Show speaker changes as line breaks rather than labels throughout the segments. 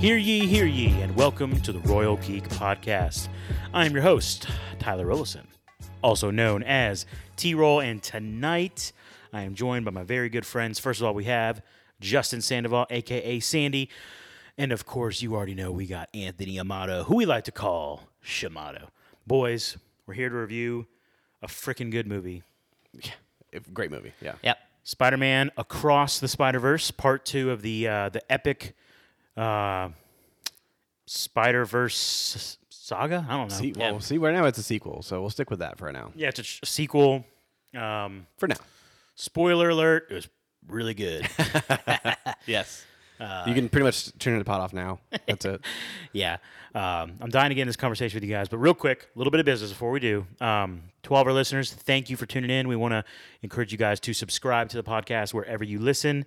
Hear ye, hear ye, and welcome to the Royal Geek Podcast. I'm your host, Tyler Rollison, also known as T Roll, and tonight I am joined by my very good friends. First of all, we have Justin Sandoval, aka Sandy, and of course, you already know we got Anthony Amato, who we like to call Shimato. Boys, we're here to review a freaking good movie.
If- Great movie. Yeah.
Yep.
Spider-Man: Across the Spider-Verse, Part Two of the uh, the epic uh, Spider-Verse saga. I don't know.
See, well, see, right now it's a sequel, so we'll stick with that for now.
yeah, it's a sh- sequel. Um,
For now.
spoiler alert: It was really good.
Yes.
you can pretty much turn the pot off now. That's it.
yeah, um, I'm dying to get in this conversation with you guys, but real quick, a little bit of business before we do. Um, to all of our listeners, thank you for tuning in. We want to encourage you guys to subscribe to the podcast wherever you listen.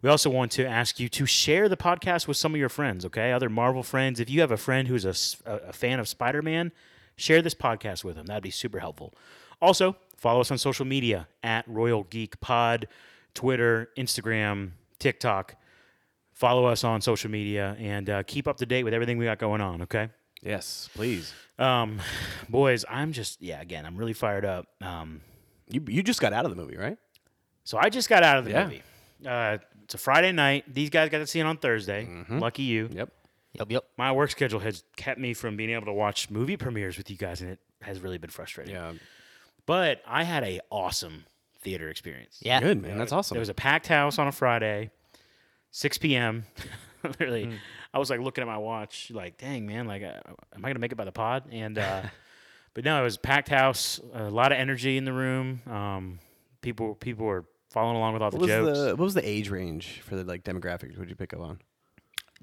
We also want to ask you to share the podcast with some of your friends, okay? Other Marvel friends. If you have a friend who's a, s- a- a fan of Spider Man, share this podcast with them. That'd be super helpful. Also, follow us on social media at Royal Geek Pod, Twitter, Instagram, TikTok follow us on social media and uh, keep up to date with everything we got going on okay
Yes, please.
um boys i'm just yeah again i'm really fired up um
You you just got out of the movie, right?
so i just got out of the
Yeah.
movie uh it's a friday night these guys got to see it on thursday lucky you
Mm-hmm. Yep.
Yep. Yep.
my work schedule has kept me from being able to watch movie premieres with you guys and it has really been frustrating
Yeah.
but i had a awesome theater experience
Yeah.
Good man. That's awesome.
There was a packed house on a Friday, 6 p.m. Literally,
Hmm.
I was like looking at my watch, like, dang man, like, uh, am I gonna make it by the pod? And uh, but no, it was a packed house, a lot of energy in the room. Um, people people were following along with all the
what was
jokes.
the what was the age range for the like demographics? Would you pick up on?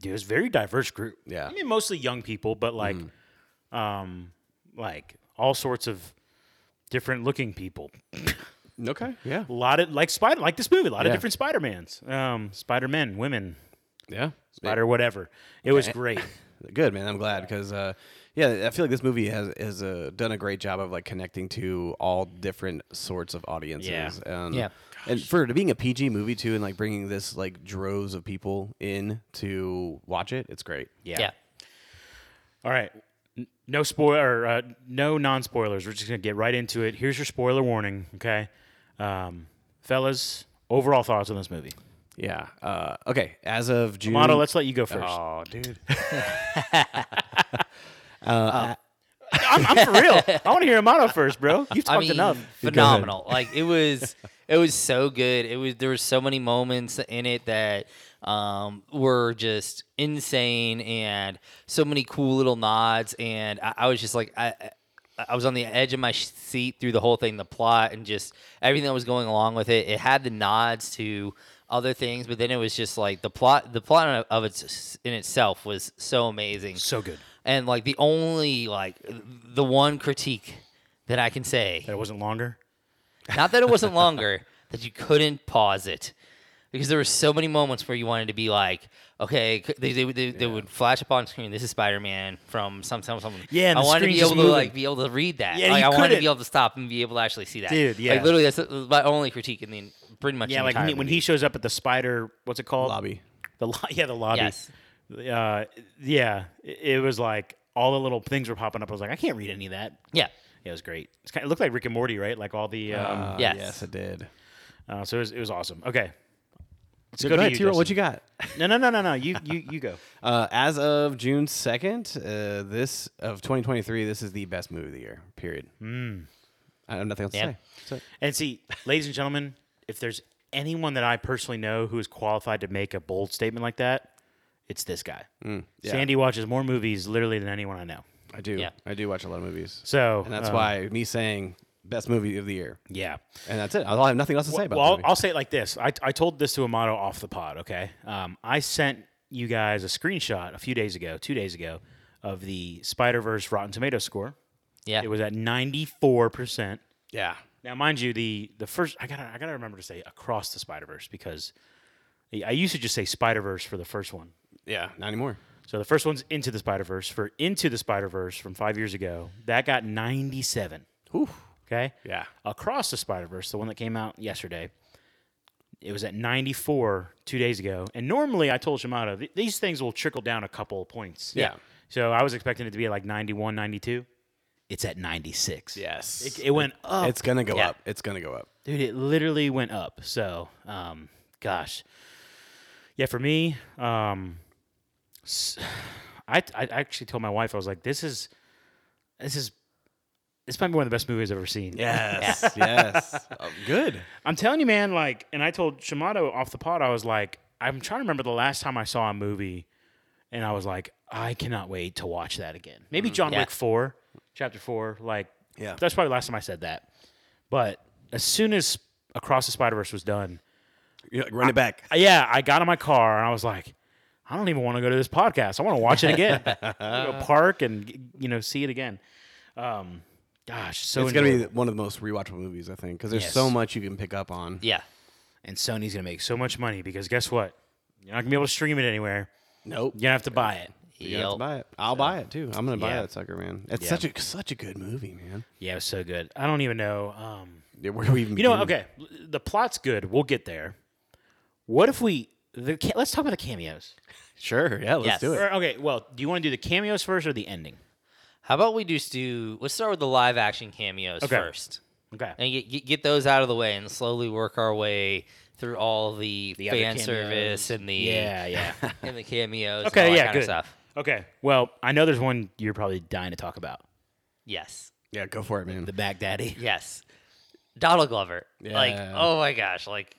Dude, it was a very diverse group.
Yeah. Hmm.
I mean, mostly young people, but like, um, like all sorts of different looking people.
Okay. Yeah.
A lot of like spider, like this movie, a lot of
Yeah.
different Spider Mans, um, Spider Men, women,
Yeah.
Spider whatever. It was great.
Good man. I'm glad because uh, yeah, I feel like this movie has has uh, done a great job of like connecting to all different sorts of audiences.
Yeah.
Um,
Yeah.
And for it being a PG movie too, and like bringing this like droves of people in to watch it, it's great.
Yeah.
All right. N- No spoiler. Uh, no non spoilers. We're just gonna get right into it. Here's your spoiler warning. Okay, um, fellas. Overall thoughts on this movie.
Yeah. Uh, okay. As of June.
Motto, let's let you go first.
oh, dude.
I'm, I'm for real. I want to hear Amato first, bro. You've
I
talked
mean,
enough.
phenomenal. Like it was, it was so good. It was there were so many moments in it that um, were just insane, and so many cool little nods. And I, I was just like, I, I- I was on the edge of my sh- seat through the whole thing, the plot, and just everything that was going along with it. It had the nods to other things, but then it was just like the plot. The plot of its in itself was so amazing.
So good.
And like the only like the one critique that I can say,
That it wasn't longer.
not that it wasn't longer, that you couldn't pause it because there were so many moments where you wanted to be like, okay, c- they they, would- they, they would flash up on screen. This is Spider Man from some some something.
Yeah, and
I
the
wanted to
screen
be
just
able to
moving.
like be able to read that.
Yeah,
like,
you
I wanted to
couldn't.
be able to stop and be able to actually see that.
Dude, yeah.
like literally that's uh, my only critique in the pretty much.
Yeah,
the
like
entire
when, when
movie.
he shows up at the spider. What's it called?
Lobby.
The lo- yeah, the lobby.
Yes.
Uh, yeah, it, it was like all the little things were popping up. I was like, I can't read any of that.
yeah.
Yeah, it was great. It's kind of, it looked like Rick and Morty, right? Like all the um,
Uh,
Yes.
Yes, it did.
Uh, so it was, it was awesome. Okay. Let's
Go ahead, Tyrell. What
Justin.
you got?
No, no, no, no, no. You, you, you go.
Uh, as of June second, uh, this of 2023, this is the best movie of the year. Period. I have nothing else
Yeah.
to say. That's it.
And see, ladies and gentlemen, if there's anyone that I personally know who is qualified to make a bold statement like that, it's this guy.
Mm, yeah.
Sandy watches more movies literally than anyone I know.
I do.
Yeah.
I do watch a lot of movies,
So
and that's
uh,
why me saying best movie of the year,
yeah.
and that's it. I have nothing else to say about.
well, uh,
the
I'll,
movie.
I'll say it like this. I, I told this to Amato off the pod, okay? Um, I sent you guys a screenshot a few days ago, two days ago, of the Spider Verse Rotten Tomato score.
Yeah.
It was at 94%.
yeah.
Now, mind you, the the first I gotta I gotta remember to say across the Spider Verse because I used to just say Spider Verse for the first one.
Yeah. Not anymore.
So the first one's Into the Spider Verse for Into the Spider Verse from five years ago that got ninety seven.
Whew.
Okay,
Yeah.
across the Spider Verse, the one that came out yesterday, It was at 94 two days ago. And normally I told Shimada, "Th- these things will trickle down a couple of points.
Yeah.
So I was expecting it to be at like 91, 92. It's at 96.
Yes.
It, it went up.
it's gonna go
Yeah.
up. It's gonna go up.
Dude, it literally went up. So, um, gosh. Yeah, for me, um, s- I, I actually told my wife, I was like, this is, this is, this might be one of the best movies I've ever seen.
Yes. yes. Oh, good.
I'm telling you, man, like, and I told Shimado off the pod, I was like, I'm trying to remember the last time I saw a movie and I was like, I cannot wait to watch that again. Maybe John
yeah.
Wick 4, chapter 4. Like,
Yeah.
that's probably the last time I said that. But as soon as Across the Spider Verse was done,
You're like, run it back.
yeah, I got in my car and I was like, I don't even want to go to this podcast. I want to watch it again. go park and, you know, see it again. Um, gosh, so
it's gonna be
enjoyable.
one of the most rewatchable movies, I think, because there's so
Yes.
much you can pick up on.
Yeah.
and Sony's gonna make so much money because guess what? You're not gonna be able to stream it anywhere.
Nope.
You're gonna have to buy it.
You have to
Yep.
buy it. I'll buy it too. I'm gonna buy
Yeah.
that sucker, man. It's
Yeah.
such a such a good movie, man.
Yeah, it was so good. I don't even know. Um,
Yeah, Where do we even
you know,
begin?
okay, l- the plot's good. We'll get there. What if we? The ca- let's talk about the cameos.
Sure. Yeah. Let's
Yes.
do it.
Or, okay, well, do you want to do the cameos first or the ending?
How about we just do? Let's start with the live action cameos
Okay.
first,
Okay.
and get, get get those out of the way, and slowly work our way through all the,
The other
fan service
cameos.
and the
Yeah, yeah.
and the cameos.
Okay,
and all
yeah,
that kind
good.
of stuff.
okay. Well, I know there's one you're probably dying to talk about.
Yes,
Yeah. Go for it, man.
The Baghdadi.
yes. Donald Glover, like
Yeah.
oh my gosh, like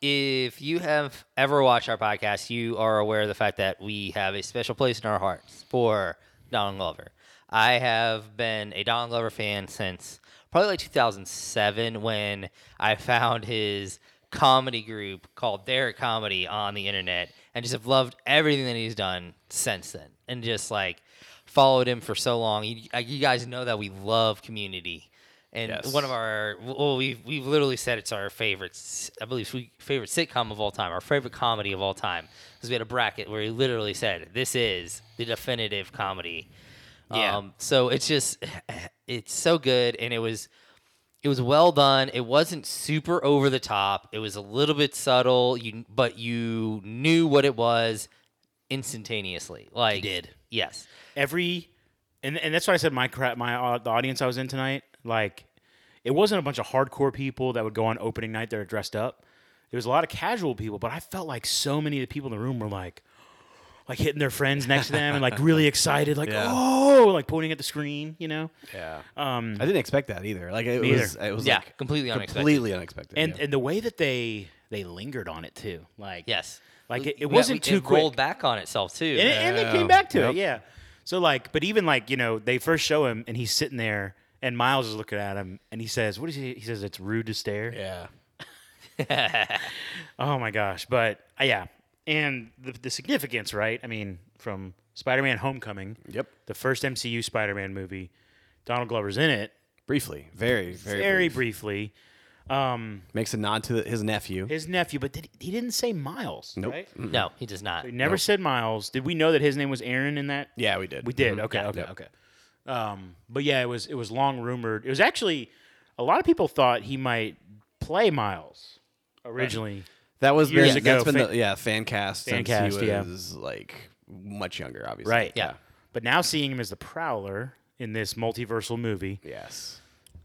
if you have ever watched our podcast, you are aware of the fact that we have a special place in our hearts for Donald Glover. I have been a Donald Glover fan since probably like 2007 when I found his comedy group called Derek Comedy on the internet and just have loved everything that he's done since then and just like followed him for so long. You, uh, you guys know that we love community. And
Yes.
one of our well, we've we've literally said it's our favorite. s- I believe we favorite sitcom of all time, our favorite comedy of all time, because we had a bracket where he literally said, "This is the definitive comedy."
Yeah.
Um, so it's just it's so good, and it was it was well done. It wasn't super over the top. It was a little bit subtle, you but you knew what it was instantaneously. Like
did.
yes,
every and and that's why I said my crap my uh, the audience I was in tonight like it wasn't a bunch of hardcore people that would go on opening night that are dressed up. There was a lot of casual people, but I felt like so many of the people in the room were like like hitting their friends next to them and like really excited, like
Yeah.
oh, like pointing at the screen, you know.
yeah.
Um,
I didn't expect that either. Like it
Me either.
was. It was
yeah,
like
completely unexpected.
completely unexpected.
and
yeah.
and the way that they they lingered on it too, like
Yes,
like it, it
Yeah,
wasn't
we-
too
it
quick.
rolled back on itself too.
and, it, and it
Yeah.
came back to
Yep.
it. Yeah. So like, but even like you know, they first show him and he's sitting there, and Miles is looking at him, and he says, "What is he?" He says, "It's rude to stare."
yeah.
Oh my gosh! But uh, yeah, and the, the significance, right? I mean, from Spider-Man: Homecoming,
Yep.
the first MCU Spider-Man movie, Donald Glover's in it
Briefly. Very. Very.
very,
brief.
briefly. Um,
Makes a nod to the, his nephew.
his nephew, but did, he didn't say Miles,
Nope. Mm.
right?
no, he does not.
He never said Miles. Did we know that his name was Aaron in that
yeah, we did.
We did. Okay. Okay. Okay. Um, but yeah, it was it was long rumored. It was actually a lot of people thought he might play Miles originally.
That was
Years
been,
ago,
That's been
fan-
the yeah fan cast
Fan
since
cast,
he
yeah.
was like much younger, obviously.
Right.
Yeah.
But now seeing him as the Prowler in this multiversal movie
Yes.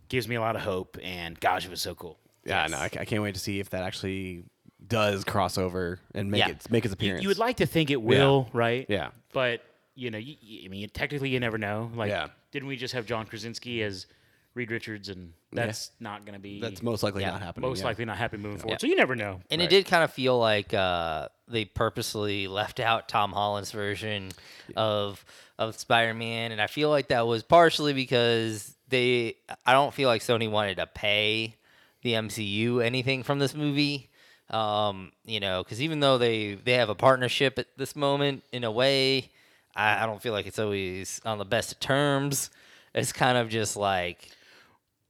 gives me a lot of hope. And gosh, it was so cool.
Yeah. No, I, ca- I can't wait to see if that actually does cross over and make
Yeah.
it make its
You,
appearance.
you would like to think it will, right?
Yeah.
But you know, you, you- I mean, technically, you never know. Like,
Yeah.
didn't we just have John Krasinski as Reed Richards, and that's not going to be
That's most likely
Yeah,
not happening.
most
yeah.
likely not happening moving forward. So you never know.
And it did kind of feel like uh, they purposely left out Tom Holland's version of of Spider Man, and I feel like that was partially because they. I don't feel like Sony wanted to pay the MCU anything from this movie. Um, you know, because even though they they have a partnership at this moment, in a way, I, I don't feel like it's always on the best of terms. It's kind of just like,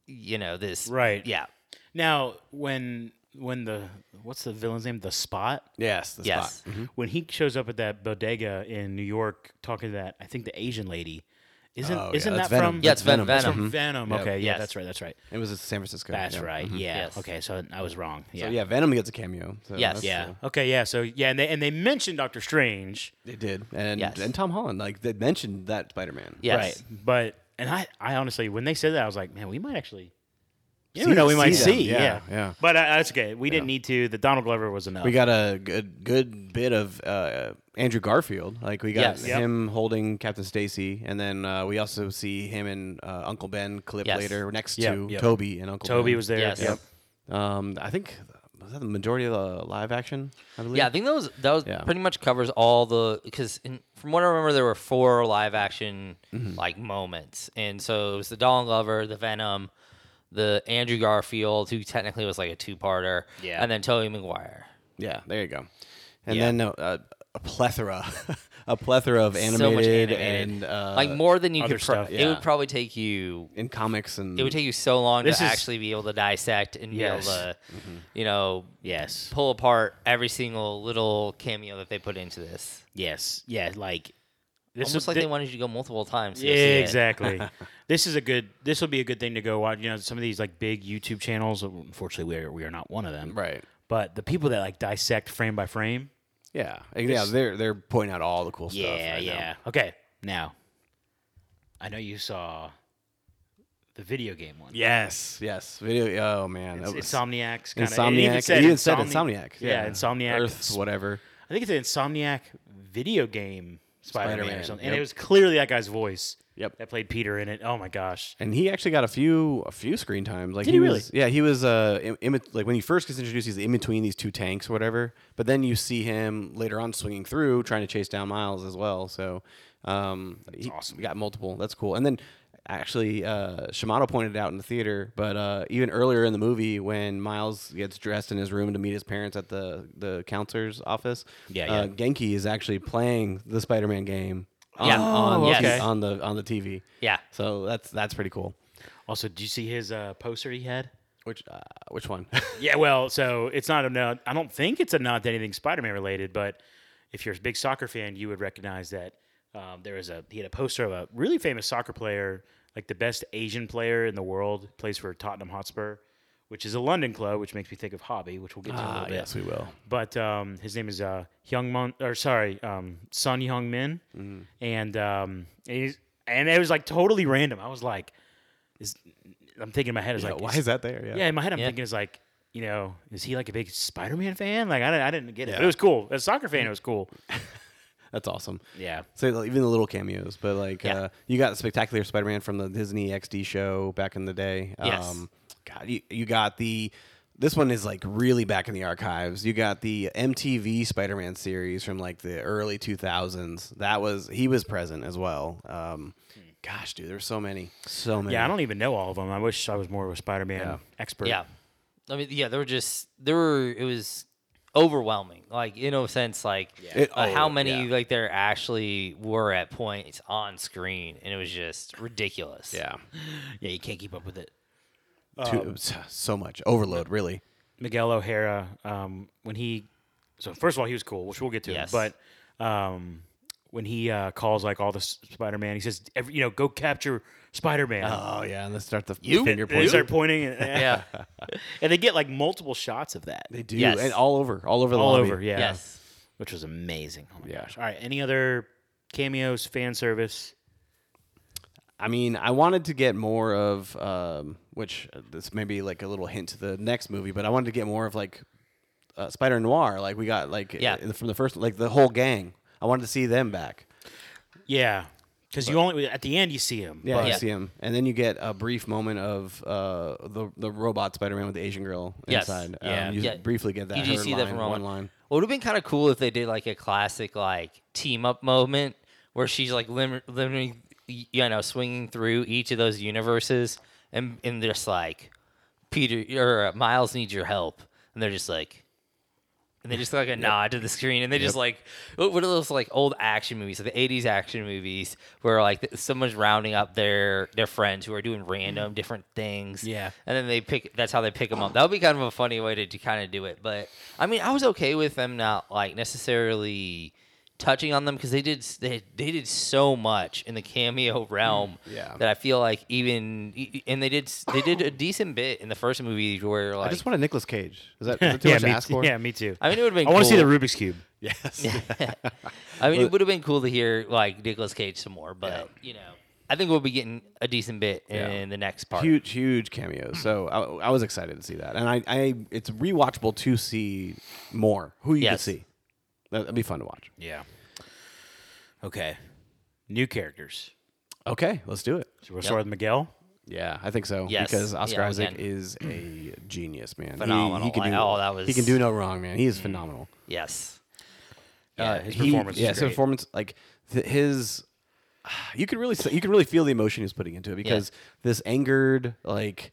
you know, this
Right.
Yeah,
Now, when when the what's the villain's name? The Spot.
Yes. The
yes,
Spot.
When he shows up at that bodega in New York, talking to that I think the Asian lady, Isn't
Oh, yeah,
isn't
that's
that
Venom. Mm-hmm.
from?
Yeah,
that's
it's Venom.
from
Venom.
Venom.
Yeah.
Okay, yeah,
Yes.
that's right. That's right.
It was in San Francisco.
That's
yeah.
right.
Mhm.
Yeah.
Yes.
Okay, so I was wrong. Yeah.
So yeah, Venom gets a cameo. So
Yes.
that's,
Yeah.
uh,
Okay. Yeah. So yeah, and they and they mentioned Doctor Strange,
They did, and
Yes.
and Tom Holland, like they mentioned that Spider Man.
Yes.
right? But and I, I honestly, when they said that, I was like, man, we might actually, you
See-
know, we might
see them.
see,
Yeah,
yeah,
yeah.
But uh, that's okay. We didn't need to. The Donald Glover was enough.
we got a good good bit of uh, Andrew Garfield. Like we got
Yes. Yep.
him holding Captain Stacy, and then uh, we also see him and uh, Uncle Ben clip
Yes.
later next
Yep,
to
yep.
Toby and Uncle.
Toby
ben.
was there.
Yes.
Yep.
Um, I think was that the majority of the live action. I believe.
Yeah, I think that was that was
Yeah.
pretty much covers all the because from what I remember, there were four live action
Mm-hmm.
like moments, and so it was the Donald Glover, the Venom, the Andrew Garfield, who technically was like a two parter,
Yeah.
and then Tobey Maguire.
Yeah, there you go. And
Yeah.
then uh, a plethora, a plethora of animated,
so much animated,
and uh,
like more than you
other
could. pro-
stuff, Mm-hmm.
It
yeah.
would probably take you.
in comics and
It would take you so long
This
to
is-
actually be able to dissect and
Yes. Mm-hmm.
be able to, you know,
Yes.
pull apart every single little cameo that they put into this.
Yes. Yeah. Like this
Almost
is
like
thi-
they wanted you to go multiple times. to
Yeah,
see it.
exactly. this is a good. This will be a good thing to go watch. You know, some of these like big YouTube channels. uh, Unfortunately, we are we are not one of them.
right.
But the people that like dissect frame by frame.
Yeah, yeah. They're they're pointing out all the cool stuff.
Yeah,
right now.
yeah. Okay, now I know you saw the video game one.
Yes, yes. Video. Oh man,
It's
that was
Insomniac's kind of.
Insomniac.
It even said,
It even said
Insomni-
Insomniac.
Yeah, Insomniac.
Earth, whatever.
I think it's an Insomniac video game Spider-Man, or
Spider-Man,
something. And
yep.
it was clearly that guy's voice.
Yep.
That played Peter in it. Oh my gosh.
And he actually got a few a few screen times. Like
Did he really?
was- yeah, he was uh in, in bet- like when he first gets introduced, he's in between these two tanks or whatever. But then you see him later on swinging through, trying to chase down Miles as well. So um, he
awesome.
got multiple. That's cool. And then actually, uh, Shimano pointed it out in the theater, but uh, even earlier in the movie when Miles gets dressed in his room to meet his parents at the the counselor's office,
Yeah,
uh,
yeah.
Genki is actually playing the Spider-Man game. On,
Yeah.
on,
Oh,
the-
okay.
on the on the TV.
Yeah.
So that's that's pretty cool.
Also, did you see his uh, poster he had?
Which uh, which one?
Yeah, well, so it's not a nod. I don't think it's a nod to anything Spider-Man related, but if you're a big soccer fan, you would recognize that um, there is a he had a poster of a really famous soccer player, like the best Asian player in the world, plays for Tottenham Hotspur, which is a London club, which makes me think of Hobby, which we'll get to in a little bit.
Ah, we will.
But um, his name is uh, Hyung Mon, or sorry, um, Sun Hyung Min, and um, he's, and it was like totally random. I was like, is, I'm thinking in my head, is like,
why is that there?
yeah, in my head, I'm
Yeah.
thinking it's like, you know, is he like a big Spider-Man fan? Like, I didn't, I didn't get it. But it was cool. As a soccer fan, it was cool.
that's awesome.
Yeah.
So like, even the little cameos, but like
Yeah.
uh, you got Spectacular Spider-Man from the Disney XD show back in the day. Um,
Yes.
God, you, you got the. This one is like really back in the archives. You got the MTV Spider-Man series from like the early 2000s. That was he was present as well. Um, gosh, dude, there's so many, so many.
Yeah, I don't even know all of them. I wish I was more of a Spider-Man
Yeah.
expert.
Yeah. I mean, yeah, there were just there were it was overwhelming. Like in a sense, like
It-
uh, how
oh,
many
yeah.
like there actually were at points on screen, and it was just ridiculous.
Yeah,
Yeah, you can't keep up with it.
Too- so much overload, really.
Miguel O'Hara, um, when he, so first of all, he was cool, which we'll get to.
Yes.
But um, when he uh, calls like all the S- Spider-Man, he says, every, you know, go capture Spider-Man.
Oh yeah, and let's start the
Uh, You-
finger
They
pointing.
start pointing, and,
Yeah.
and they get like multiple shots of that,
They do,
Yes.
and all over, all over the
all
lobby.
over. Yeah.
Yes.
which was amazing. Oh my
Yeah.
gosh! All right, any other cameos, fan service?
I mean, I wanted to get more of, um, which uh, this may be like a little hint to the next movie, but I wanted to get more of like uh, Spider Noir. Like we got like
Yeah.
uh, from the first, like the whole gang. I wanted to see them back.
Yeah, because you only at the end you see him.
Yeah,
but-
you
Yeah.
see him, and then you get a brief moment of uh, the the robot Spider Man with the Asian girl
Yes.
inside.
Yeah.
um, you
Yeah.
briefly get that.
You just
her
see
line,
that from
one line.
It would have been kind of cool if they did like a classic like team up moment where she's like lim- literally you know swinging through each of those universes and and just like Peter or uh, Miles needs your help and they're just like and they just like a nod to the screen and they just like what what are those like old action movies like the 80s action movies where like th- someone's rounding up their their friends who are doing random different things
Mm-hmm. Yeah.
and then they pick that's how they pick them up that would be kind of a funny way to, to kind of do it but i mean i was okay with them not like necessarily touching on them because they did s- they, they did so much in the
Mm,
cameo realm
Yeah.
that I feel like even and they did s- they did a decent bit in the first movie where like
I
I,
just want a Nicolas Cage. Is that, is that too
yeah,
much to
me,
ask for?
yeah, me too. I,
mean it would have been
want to see the
cool.
Rubik's cube.
Yes.
I mean, it would have been cool to hear like Nicolas Cage some more, but you know, I think we'll be getting a decent bit in
Yeah.
the next part.
Huge, huge cameos. So I, I was excited to see that, and I, I it's rewatchable to see more who you could
Yes.
see. That- That'd be fun to watch.
Yeah. Okay. New characters.
Okay, let's do it.
So we'll start with Miguel.
Yeah, I think so.
Yes.
because Oscar
Yeah,
Isaac
again.
is a genius, man. He- He,
Phenomenal.
can do,
Like, oh, that was-
he can do no wrong, man. He is phenomenal.
Yes.
Yeah,
Uh,
his
he-
performance.
yeah,
is
his
great.
performance, like th- his, you could really, you could really feel the emotion he's putting into it because this angered, like,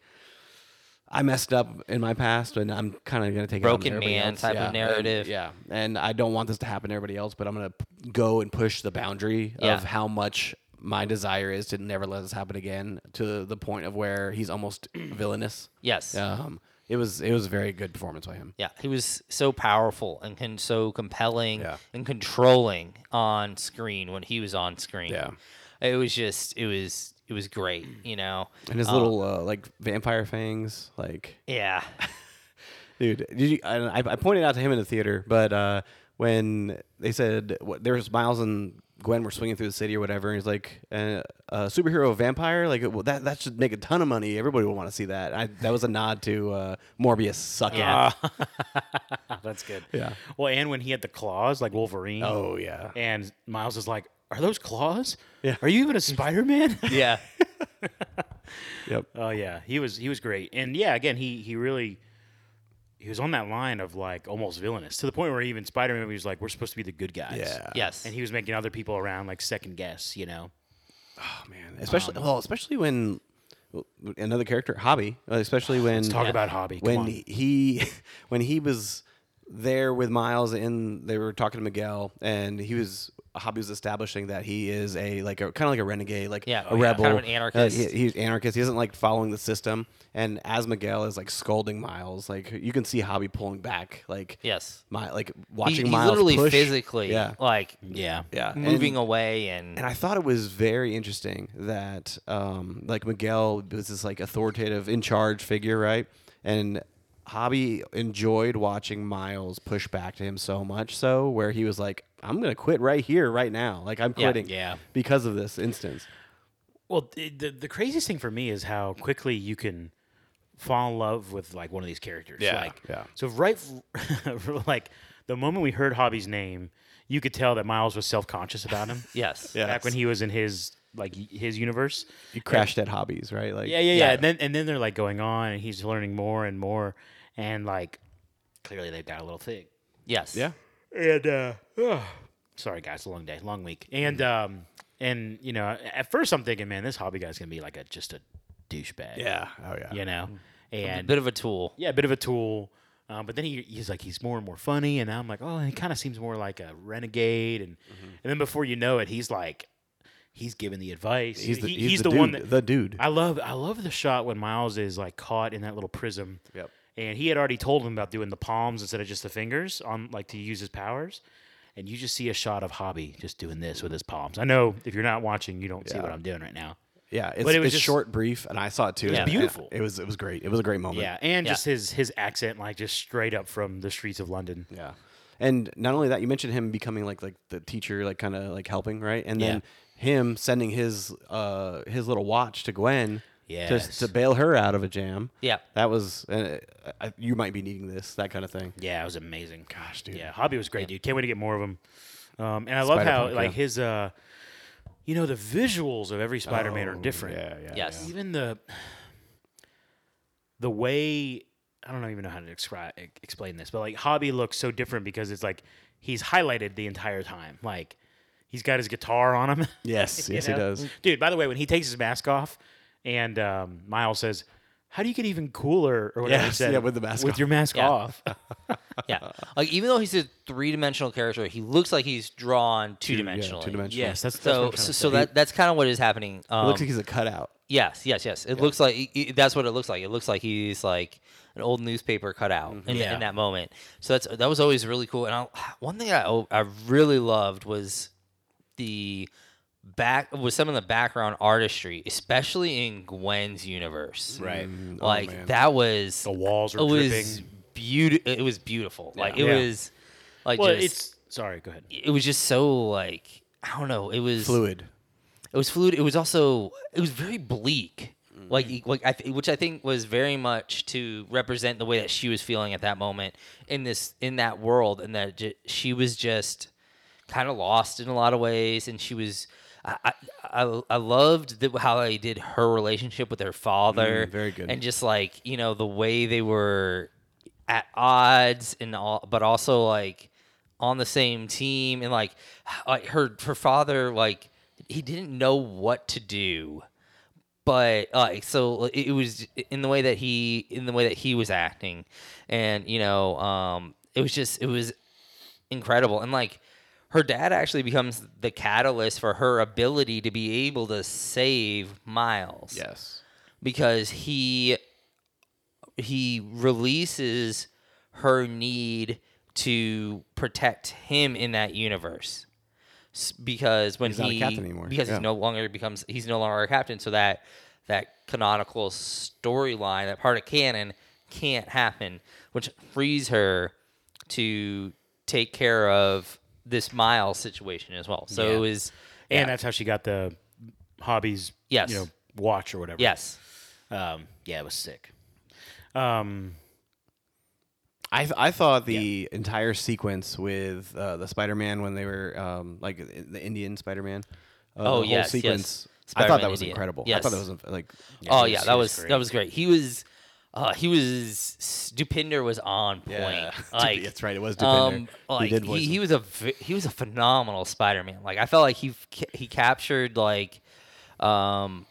I messed up in my past, and I'm kind of gonna take it out on
Broken
everybody
man
else.
type of
Yeah, and-
narrative.
yeah, and I don't want this to happen to everybody else, but I'm gonna p- go and push the boundary
Yeah.
of how much my desire is to never let this happen again to the point of where he's almost villainous.
Yes. Yeah.
Um, it was it was a very good performance by him.
He was so powerful and con- so compelling
Yeah.
and controlling on screen when he was on screen.
Yeah. Mm.
It was just, it was, it was great, you know?
And his
Uh,
little uh, like vampire fangs, like
Yeah.
dude. Did you? I, I pointed out to him in the theater, but uh, when they said what, there was Miles and Gwen were swinging through the city or whatever, and he's like, uh, "A superhero vampire? Like well, that? That should make a ton of money. Everybody would want to see that." I, that was a nod to uh, Morbius sucking.
Yeah.
Ah, That's good.
Yeah.
Well, and when he had the claws, like Wolverine.
Oh yeah.
And Miles is like, "Are those claws? Are you even a Spider Man?"
yeah.
Yep.
Oh yeah, he was he was great, and yeah, again he he really he was on that line of like almost villainous to the point where even Spider Man was like, "We're supposed to be the good guys."
Yeah.
Yes.
and he was making other people around like second guess, you know.
Oh man. Especially well, especially when another character, Hobby. uh, Especially when
Let's talk about hobby. Come
when
on.
he when he was there with Miles and they were talking to Miguel and he was Hobby was establishing that he is a like a kind of like a renegade, like
Yeah.
a
Oh, yeah.
rebel,
Kind of an anarchist.
Uh, he- he's anarchist. He isn't like following the system. And as Miguel is like scolding Miles, like you can see Hobby pulling back, like
yes.
my like
He,
watching
he
Miles
literally
push.
physically,
yeah,
like,
yeah,
yeah,
moving
And-
away and,
and I thought it was very interesting that um, like Miguel was this like authoritative, in charge figure, right? And Hobby enjoyed watching Miles push back to him so much, so where he was like, "I'm gonna quit right here, right now. Like I'm
Yeah,
quitting,
yeah.
because of this instance."
Well, th- the the craziest thing for me is how quickly you can fall in love with like one of these characters.
Yeah,
like,
yeah.
So right, f- like the moment we heard Hobby's name, you could tell that Miles was self conscious about him.
yes.
Yeah.
back when he was in his like y- his universe.
You crashed at Hobbies, right? Like,
Yeah, yeah, yeah.
Yeah.
And then and then they're like going on, and he's learning more and more, and like clearly they've got a little thing.
Yes.
yeah.
And uh, sorry guys, long day, long week. And
Mm-hmm.
um, and you know, at first I'm thinking, man, this hobby guy's gonna be like a just a douchebag.
Yeah. Oh yeah.
you know,
A
and
bit of a tool.
yeah, a bit of a tool. Um, but then he, he's like he's more and more funny, and I'm like, oh, he kind of seems more like a renegade, and
Mm-hmm.
and then before you know it, he's like, he's giving the advice.
He's the,
He-
he's
he's
the,
the one
dude-
that
the dude.
I love I love the shot when Miles is like caught in that little prism.
Yep.
And he had already told him about doing the palms instead of just the fingers on like to use his powers. And you just see a shot of Hobby just doing this with his palms. I know if you're not watching, you don't see what I'm doing right now.
yeah, it's,
But it was
it's
just-
short, brief, and I saw it too. It
was beautiful.
It was it was great. It was a great moment.
Yeah, and
Yeah.
just his his accent like just straight up from the streets of London.
Yeah. And not only that, you mentioned him becoming like like the teacher, like kind of like helping, right? And then him sending his uh his little watch to Gwen,
Yes.
to, to bail her out of a jam.
Yeah.
that was uh, I, you might be needing this, that kind of thing.
Yeah, it was amazing. Gosh,
dude.
Yeah, Hobby was great, dude. Can't wait to get more of him. Um, and I love how
Spider-Punk,
like
yeah.
his uh, you know, the visuals of every Spider-Man are different.
yeah.
Yes.
even the the way I don't even know how to describe explain this, but like Hobby looks so different because it's like he's highlighted the entire time. Like he's got his guitar on him.
Yes,
you
yes,
know?
he does.
Dude, by the way, when he takes his mask off and um, Miles says, "How do you get even cooler?" or whatever he
Yes,
said,
yeah, with the mask
with
off.
your mask
Yeah.
off. Uh,
Yeah. Like even though he's a three dimensional character, he looks like he's drawn two dimensionally.
two-dimensional.
yes, that's, that's what I'm
So
trying to say.
so, so that that's kind of what is happening. Um,
It looks like he's a cutout.
Yes, yes, yes. It looks like i- i- that's what it looks like. It looks like he's like an old newspaper cutout
Mm-hmm.
in,
Yeah.
in that moment. So that's that was always really cool. And I, one thing I al- I really loved was the back was some of the background artistry, especially in Gwen's universe.
Right. Oh,
Like
man.
that was
The walls are
it
dripping.
was beautiful. It was beautiful. Like it
Yeah.
was like
well,
just
it's sorry. Go ahead.
it was just so like I don't know. It was
fluid.
it was fluid. It was also it was very bleak.
Mm-hmm.
Like, e- like I th- which I think was very much to represent the way that she was feeling at that moment in this in that world, and that j- she was just kind of lost in a lot of ways, and she was. I I, I, I loved the, how they did her relationship with her father,
Mm, very good.
and just like you know the way they were at odds and all, but also like on the same team and like h- like her her father like he didn't know what to do but like so it it was in the way that he in the way that he was acting and you know um it was just it was incredible and like her dad actually becomes the catalyst for her ability to be able to save miles
Yes.
because he he releases her need to protect him in that universe S- because when
He's
he
not a captain anymore,
because
yeah.
he's no longer becomes he's no longer a captain so that that canonical storyline that part of canon can't happen which frees her to take care of this miles situation as well so
Yeah.
it was
And
yeah,
that's how she got the hobbies.
Yes.
You know, watch or whatever.
yes
Um, yeah, it was sick. Um,
I, th- I thought the entire sequence with uh, the Spider-Man when they were um, like i- the Indian Spider-man. Uh,
Oh,
the whole
yes, yes.
sequence. I thought that
Spider-Man
was
Indian.
incredible. I
Yes.
thought that was uh, like
oh
he
yeah,
was-
that
he
was
was great.
that was great. He was, uh, he was Stupinder was on point. Like
that's right. It was Dupinder.
um, like
he
he,
did voice
he,
him.
was a v- he was a phenomenal Spider-Man. Like I felt like he f- ca- he captured like, um,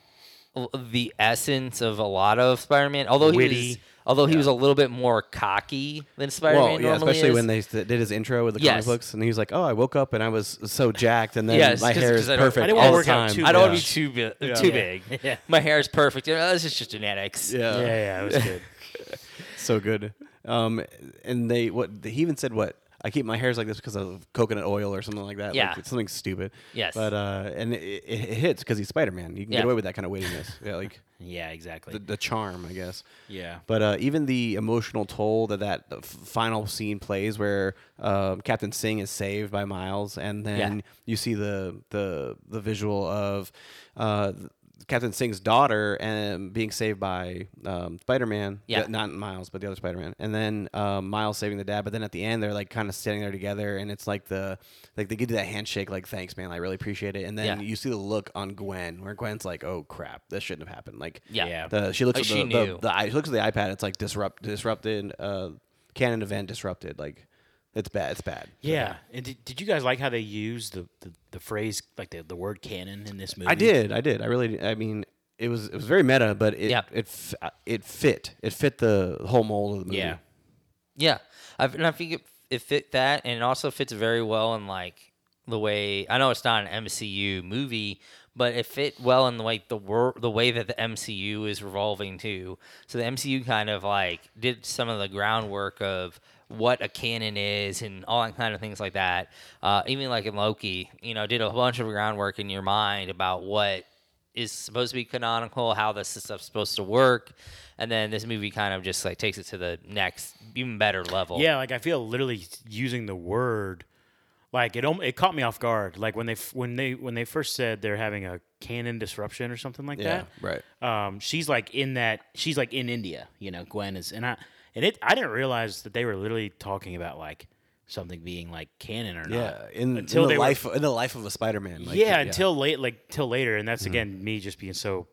l- the essence of a lot of Spider-Man. Although he was
Witty.
although he was a little bit more cocky than Spider-Man
Well, yeah,
normally
especially
is.
when they s- did his intro with the
Yes.
comic books, and he was like, "Oh, I woke up and I was so jacked, and then
Yes,
my
'cause-
hair
'cause
is
I don't-
I
perfect
didn't
all
wanna
the
work out
time."
too
I don't want
Yeah.
to be too bi-
Yeah.
too
Yeah.
big.
Yeah.
My hair is perfect. You know, This is just genetics.
yeah, yeah, it was good.
so good. Um, and they what he even said what I keep my hairs like this because of coconut oil or something like that.
Yeah.
like, something stupid.
Yes.
but uh, and it, it it hits because he's Spider Man. You can
Yeah.
get away with that kind of wittiness. yeah, like
yeah, exactly.
the, the charm, I guess.
yeah.
But uh, even the emotional toll that that f- final scene plays, where uh, Captain Singh is saved by Miles, and then
Yeah.
you see the the the visual of uh, Captain Singh's daughter and being saved by um, Spider Man.
Yeah.
not Miles, but the other Spider Man, and then um, Miles saving the dad. But then at the end, they're like kind of standing there together, and it's like the like they give you that handshake, like thanks, man, I really appreciate it. And then
Yeah.
you see the look on Gwen, where Gwen's like, oh crap, this shouldn't have happened. Like
Yeah.
Yeah.
the, she looks
Like,
at the,
she
the,
knew.
the i- she looks at the iPad. It's like disrupt disrupted uh, canon event disrupted. Like it's bad. It's bad.
Yeah, and did, did you guys like how they used the, the, the phrase like the, the word canon in this movie?
I did. I did. I really. I mean, it was it was very meta, but it
Yeah.
it f- it fit. It fit the whole mold of the movie.
Yeah.
Yeah, I've, and I think it, it fit that, and it also fits very well in like the way I know it's not an MCU movie, but it fit well in the like the wor- the way that the MCU is revolving too. So the MCU kind of like did some of the groundwork of what a canon is and all that kind of things like that. Uh, even like in Loki, you know, did a bunch of groundwork in your mind about what is supposed to be canonical, how this stuff's supposed to work, and then this movie kind of just like takes it to the next even better level.
Yeah, like I feel literally using the word, like it alm- it caught me off guard. Like when they f- when they when they first said they're having a canon disruption or something like
Yeah.
that.
Right.
Um, she's like in that she's like in India, you know. Gwen is and I and it I didn't realize that they were literally talking about like something being like canon or not.
Yeah. In,
Until
in the
they were-
life in the life of a Spider Man. Like, Mm-hmm.
yeah, until late, like till later, and that's again me just being so,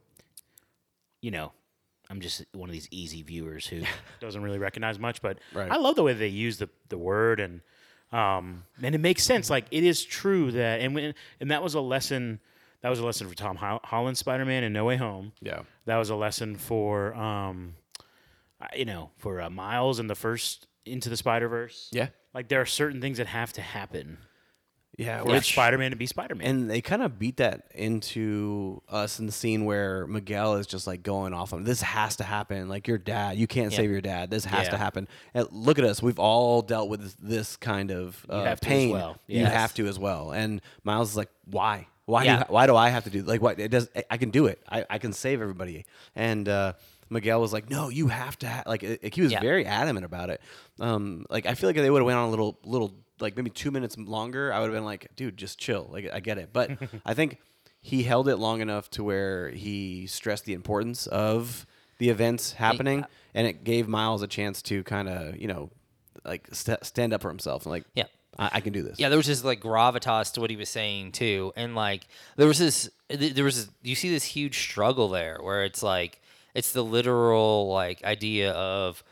you know, I'm just one of these easy viewers who doesn't really recognize much. But
Right.
I love the way they use the the word and um and it makes sense. Like it is true that and when and that was a lesson that was a lesson for Tom Ho- Holland Spider Man and No Way Home.
Yeah.
That was a lesson for um, I- you know, for uh, Miles and the first Into the Spider Verse.
Yeah.
Like there are certain things that have to happen
Yeah,
for
which-
Spider Man to be Spider Man.
And they kind of beat that into us in the scene where Miguel is just like going off on this has to happen. Like your dad, you can't save your dad. This has to
Yeah.
happen. And look at us. We've all dealt with this- this kind of uh,
have to as
pain.
well.
You
Yes.
have to as well. And Miles is like, why? Why? do
Yeah.
you- why do I have to do like what? It does. I- I can do it. I, I can save everybody. And uh, Miguel was like, no, you have to. Ha-. Like it, he was
Yeah.
very adamant about it. Um, like I feel like if they would have went on a little little like maybe two minutes longer. I would have been like, dude, just chill. Like I get it, but I think he held it long enough to where he stressed the importance of the events happening,
uh
and it gave Miles a chance to kind of you know like st- stand up for himself and like
Yeah.
I, I can do this.
Yeah, there was just like gravitas to what he was saying too, and like there was this, th- there was this, you see this huge struggle there where it's like it's the literal like idea of,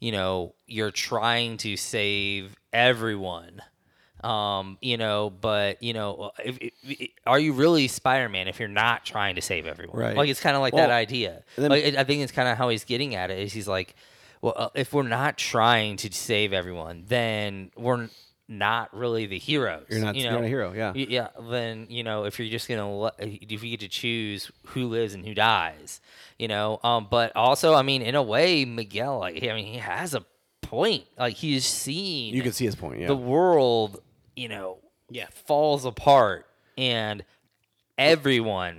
you know, you're trying to save everyone, um, you know, but you know, if, if- if- are you really Spider Man if you're not trying to save everyone?
Right.
Like it's kind of like that
Well,
idea.
then-
like, I think it's kind of how he's getting at it is he's like, well, uh, if we're not trying to save everyone, then we're n- not really the heroes.
You're not-
you
you're
know?
not a hero, yeah.
Y- yeah. Then you know if you're just gonna le- if you get to choose who lives and who dies, you know. Um, but also, I mean, in a way, Miguel, like, I mean, he has a point. Like he's seen
You can see his point. Yeah,
the world, you know, yeah, falls apart and everyone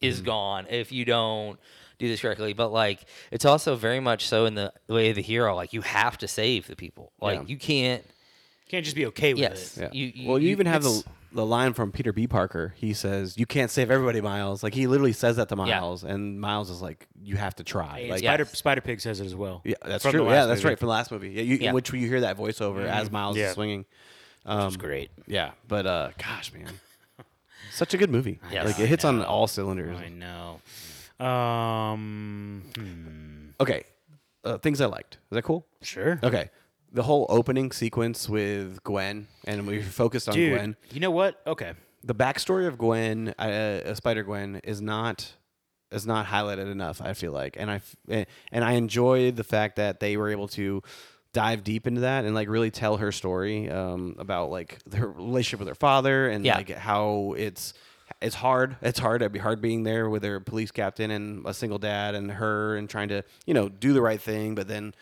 Mm-hmm.
is gone if you don't do this correctly. But like it's also very much so in the way of the hero. Like you have to save the people. Like
Yeah.
you can't
Can't just be okay with
Yes.
it.
Yeah.
You- you-
well, you,
you-
even have the
it's-
the line from Peter B. Parker. He says, "You can't save everybody, Miles." Like he literally says that to Miles, and Miles is like, "You have to try."
And
Like,
Spider
yes.
Spider Pig says it as well.
yeah, that's
From the
true.
last
Yeah, that's
movie.
right. From the last movie, yeah, you,
Yeah.
in which you hear that voiceover as Miles
Yeah.
is swinging.
It's
Um,
great.
Yeah, but uh, gosh, man, such a good movie.
Yes.
like it hits on all cylinders.
I know. Um, hmm,
Okay, uh, things I liked. Is that cool?
sure.
Okay, the whole opening sequence with Gwen, and we focused on
Dude,
Gwen.
you know what? Okay.
the backstory of Gwen, uh, uh, Spider Gwen, is not is not highlighted enough. I feel like, and I f- eh, and I enjoyed the fact that they were able to dive deep into that and like really tell her story um, about like her relationship with her father and
Yeah.
like how it's it's hard it's hard it'd be hard being there with her police captain and a single dad and her and trying to you know do the right thing but then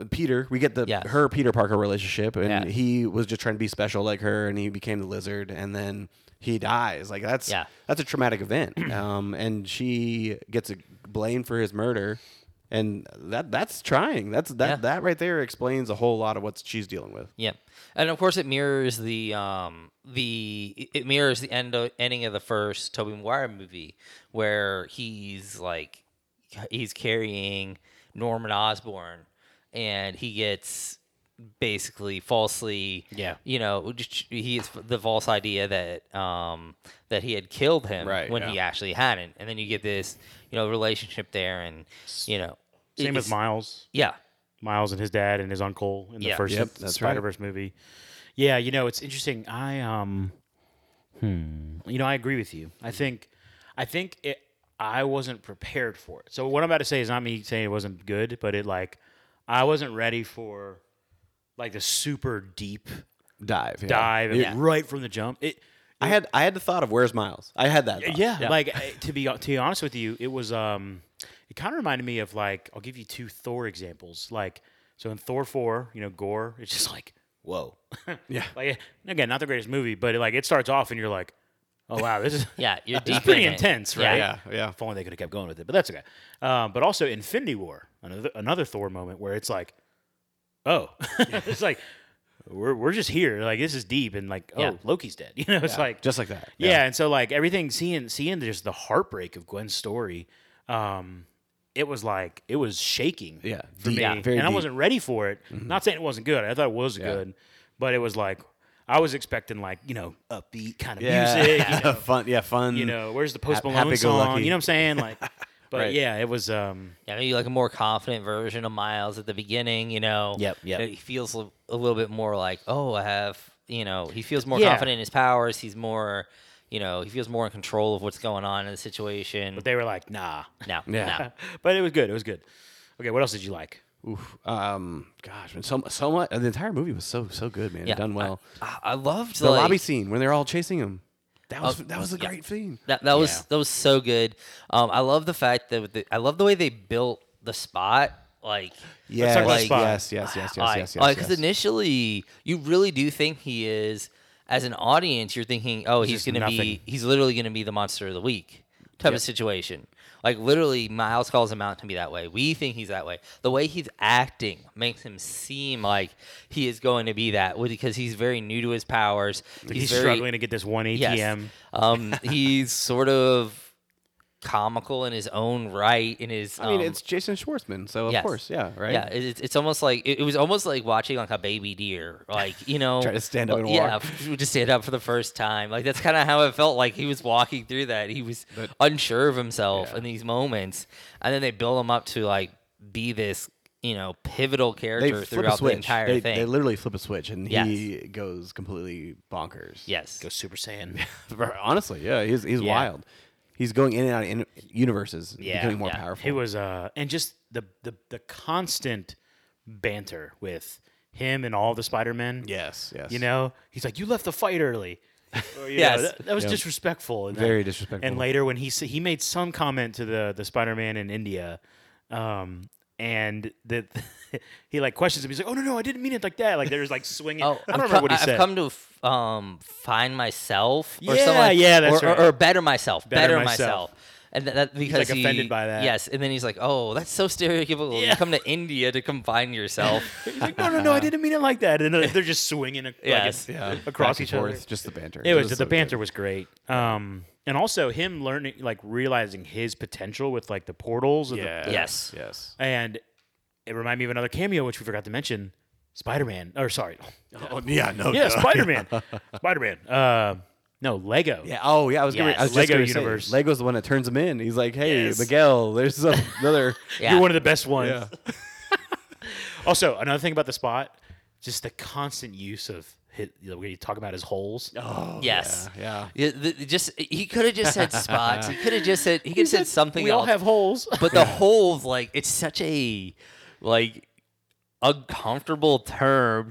uh, Peter, we get the
Yes.
her Peter Parker relationship, and
Yeah.
he was just trying to be special like her, and he became the lizard, and then he dies. Like that's
Yeah.
that's a traumatic event, um, and she gets a blame for his murder, and that that's trying. That's that
Yeah.
that right there explains a whole lot of what she's dealing with.
Yeah, and of course it mirrors the um the it mirrors the end of, ending of the first Toby Maguire movie where he's like he's carrying Norman Osborn and he gets basically falsely
Yeah.
you know just- he gets the false idea that um that he had killed him
Right,
when he
yeah.
actually hadn't and then you get this you know relationship there and you know it-
Same
it's-
with Miles.
yeah
Miles and his dad and his uncle in the
Yeah.
first
Yep, that's right.
Spider Verse movie. Yeah, you know, it's interesting. I um, hmm, you know, I agree with you. I think, I think it. I wasn't prepared for it. So what I'm about to say is not me saying it wasn't good, but it like I wasn't ready for like the super deep
Dive, yeah.
dive and
Yeah.
right from the jump. It
I had I had the thought of where's Miles. I had that. thought.
yeah, like I- to be to be honest with you, it was um, it kind of reminded me of like I'll give you two Thor examples. Like so in Thor four, you know, Gore, it's just like whoa,
Yeah.
Like eh, again, not the greatest movie, but like it starts off and you're like, oh wow, this is
yeah you're
this
deep
is
in
pretty
it.
intense,
Yeah.
right?
yeah, yeah.
If only they could have kept going with it, but that's okay. Um, but also Infinity War, another another Thor moment where it's like, oh, it's like we're we're just here, like this is deep, and like oh
Yeah.
Loki's dead, you know, it's like
Just like that.
yeah. and so like everything seeing seeing just the heartbreak of Gwen's story, um, it was like it was shaking.
Yeah,
for
deep,
me,
yeah,
and
very
I
deep. Mm-hmm.
wasn't ready for it. Not saying it wasn't good. I thought it was good, but it was like I was expecting like you know upbeat kind of
yeah.
music. You know,
fun. Yeah, fun.
you know, where's the Post
Hap-
Malone song?
happy-go-lucky.
You know what I'm saying? Like, but
Right.
yeah, it was. um
Yeah, maybe like a more confident version of Miles at the beginning, you know.
Yep, yep.
He feels a a little bit more like, oh, I have, you know, he feels more
Yeah.
confident in his powers. He's more, you know, he feels more in control of what's going on in the situation.
But they were like, nah.
no,
Yeah.
no.
but it was good. It was good. Okay, what else did you like?
Oof. Um, gosh, man, so so much. The entire movie was so so good, man.
Yeah,
It done well.
I, I loved
the
like,
lobby scene when they're all chasing him. That was
Oh,
that was a
yeah.
great scene.
That that was that was so good. Um, I love the fact that with the, I love the way they built the spot. Like
Let's
Yes,
talk about
yes,
Spy.
yes, yes, yes, yes,
like,
yes, yes.
like, uh, 'cause initially you really do think he is. As an audience, you're thinking, oh, he's
just
gonna
nothing.
be he's literally gonna be the monster of the week type
Yep.
of situation. Like literally, Miles calls him out to be that way. We think he's that way. The way he's acting makes him seem like he is going to be that because he's very new to his powers.
He's,
very,
struggling to get this one ATM.
um, he's sort of comical in his own right. In his,
I mean,
um,
it's Jason Schwartzman, so of
yes.
course, yeah, right.
Yeah, it, it's- it's almost like it, it was almost like watching like a baby deer, like you know,
Try to stand up and
Yeah,
walk.
f- to stand up for the first time. Like that's kind of how it felt like he was walking through that. He was unsure of himself
Yeah.
in these moments, and then they build him up to like be this, you know, pivotal
They flip
character
a
throughout the
switch.
entire
they,
thing.
they literally flip a switch, and he goes completely bonkers.
yes,
Go Super Saiyan.
honestly, yeah, he's he's
Yeah.
wild. He's going in and out of in- universes,
Yeah,
becoming more
yeah.
powerful.
It was uh and just the the the constant banter with him and all the Spider Men.
yes, yes.
You know? He's like, You left the fight early. Or, you know,
Yes.
that, that was
Yeah.
disrespectful. And
Very
then-
disrespectful.
And later when he s- he made some comment to the the Spider Man in India, um, and that he like questions him. He's like, "Oh no, no, I didn't mean it like that." Like there's like swinging. I
Oh, I've
don't remember
come-
what he
I've
said.
come to f- um, find myself. Or
Yeah,
something like-
yeah, that's
or,
right.
or, or better myself.
Better
Better,
myself.
myself. And that, that because
like,
he-
offended by that.
Yes, and then he's like, "Oh, that's so stereotypical.
Yeah.
You come to India to come find yourself."
He's like, "No, no, no, I didn't mean it like that." And they're they're just swinging ac- like,
Yes.
yeah,
across
back and
each other.
forth, Just the banter.
It was, the
so good.
banter was great. Um, and also him learning, like realizing his potential with like the portals. And
Yeah.
The,
Yes.
Yes.
and it reminded me of another cameo which we forgot to mention: Spider Man. Or sorry,
Oh, yeah. No.
yeah,
duh.
Spider Man. Spider Man. Uh, no, Lego.
Yeah. Oh, yeah. I was gonna.
Yes.
I was
Lego
just gonna say,
universe.
Lego's the one that turns him in. He's like, "Hey,
Yes.
Miguel, there's some- another."
Yeah.
You're one of the best ones.
Yeah.
Also, another thing about the spot, just the constant use of his, you know, when you talk about his holes.
Oh,
Yes.
Yeah.
Yeah, the- the- just he could have just said spots. He could have just said he could have said something
we
else.
all have holes.
but the whole like it's such a like uncomfortable term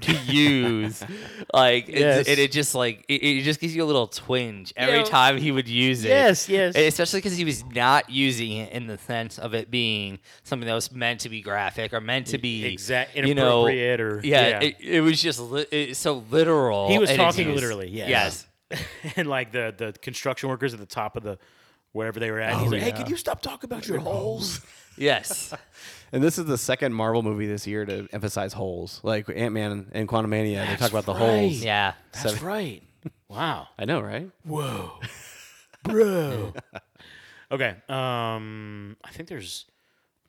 to use like it's-
Yes.
and it just like it, it just gives you a little twinge every
Yeah.
time he would use it
Yes, yes.
And especially because he was not using it in the sense of it being something that was meant to be graphic or meant to be
Exact
you know,
inappropriate or
yeah, It, it was just li- it's so literal
He was
and it's
talking
used-
literally, yes.
yes
and like the the construction workers at the top of the wherever they were at. he's like, "Hey,
yeah.
could you stop talking about your holes?"
yes
And this is the second Marvel movie this year to emphasize holes, like Ant Man and Quantum Mania. They talk about the holes.
right.
yeah
That's right. Wow.
I know, right?
Whoa, bro. okay. Um, I think there's